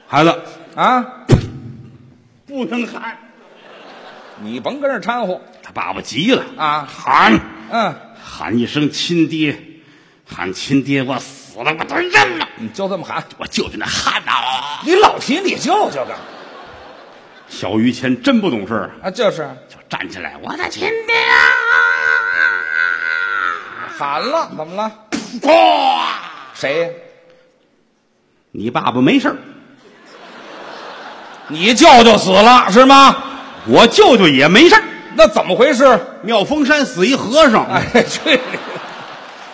[SPEAKER 2] 孩子
[SPEAKER 3] 啊？
[SPEAKER 2] 不能喊，
[SPEAKER 3] 你甭跟这掺和
[SPEAKER 2] 他爸爸急了
[SPEAKER 3] 啊
[SPEAKER 2] 喊
[SPEAKER 3] 嗯。
[SPEAKER 2] 喊一声亲爹，喊亲爹，我死了我都认了。
[SPEAKER 3] 你就这么喊，
[SPEAKER 2] 我舅舅那汗呐、
[SPEAKER 3] 你老提你舅舅干嘛
[SPEAKER 2] 小于谦真不懂事儿，
[SPEAKER 3] 啊？就是
[SPEAKER 2] 就站起来，我的亲爹啊！
[SPEAKER 3] 喊了，怎么了？
[SPEAKER 2] 哇！
[SPEAKER 3] 谁？
[SPEAKER 2] 你爸爸没事儿，
[SPEAKER 3] 你舅舅死了是吗？
[SPEAKER 2] 我舅舅也没事儿。
[SPEAKER 3] 那怎么回事？
[SPEAKER 2] 妙峰山死一和尚，
[SPEAKER 3] 哎，去你！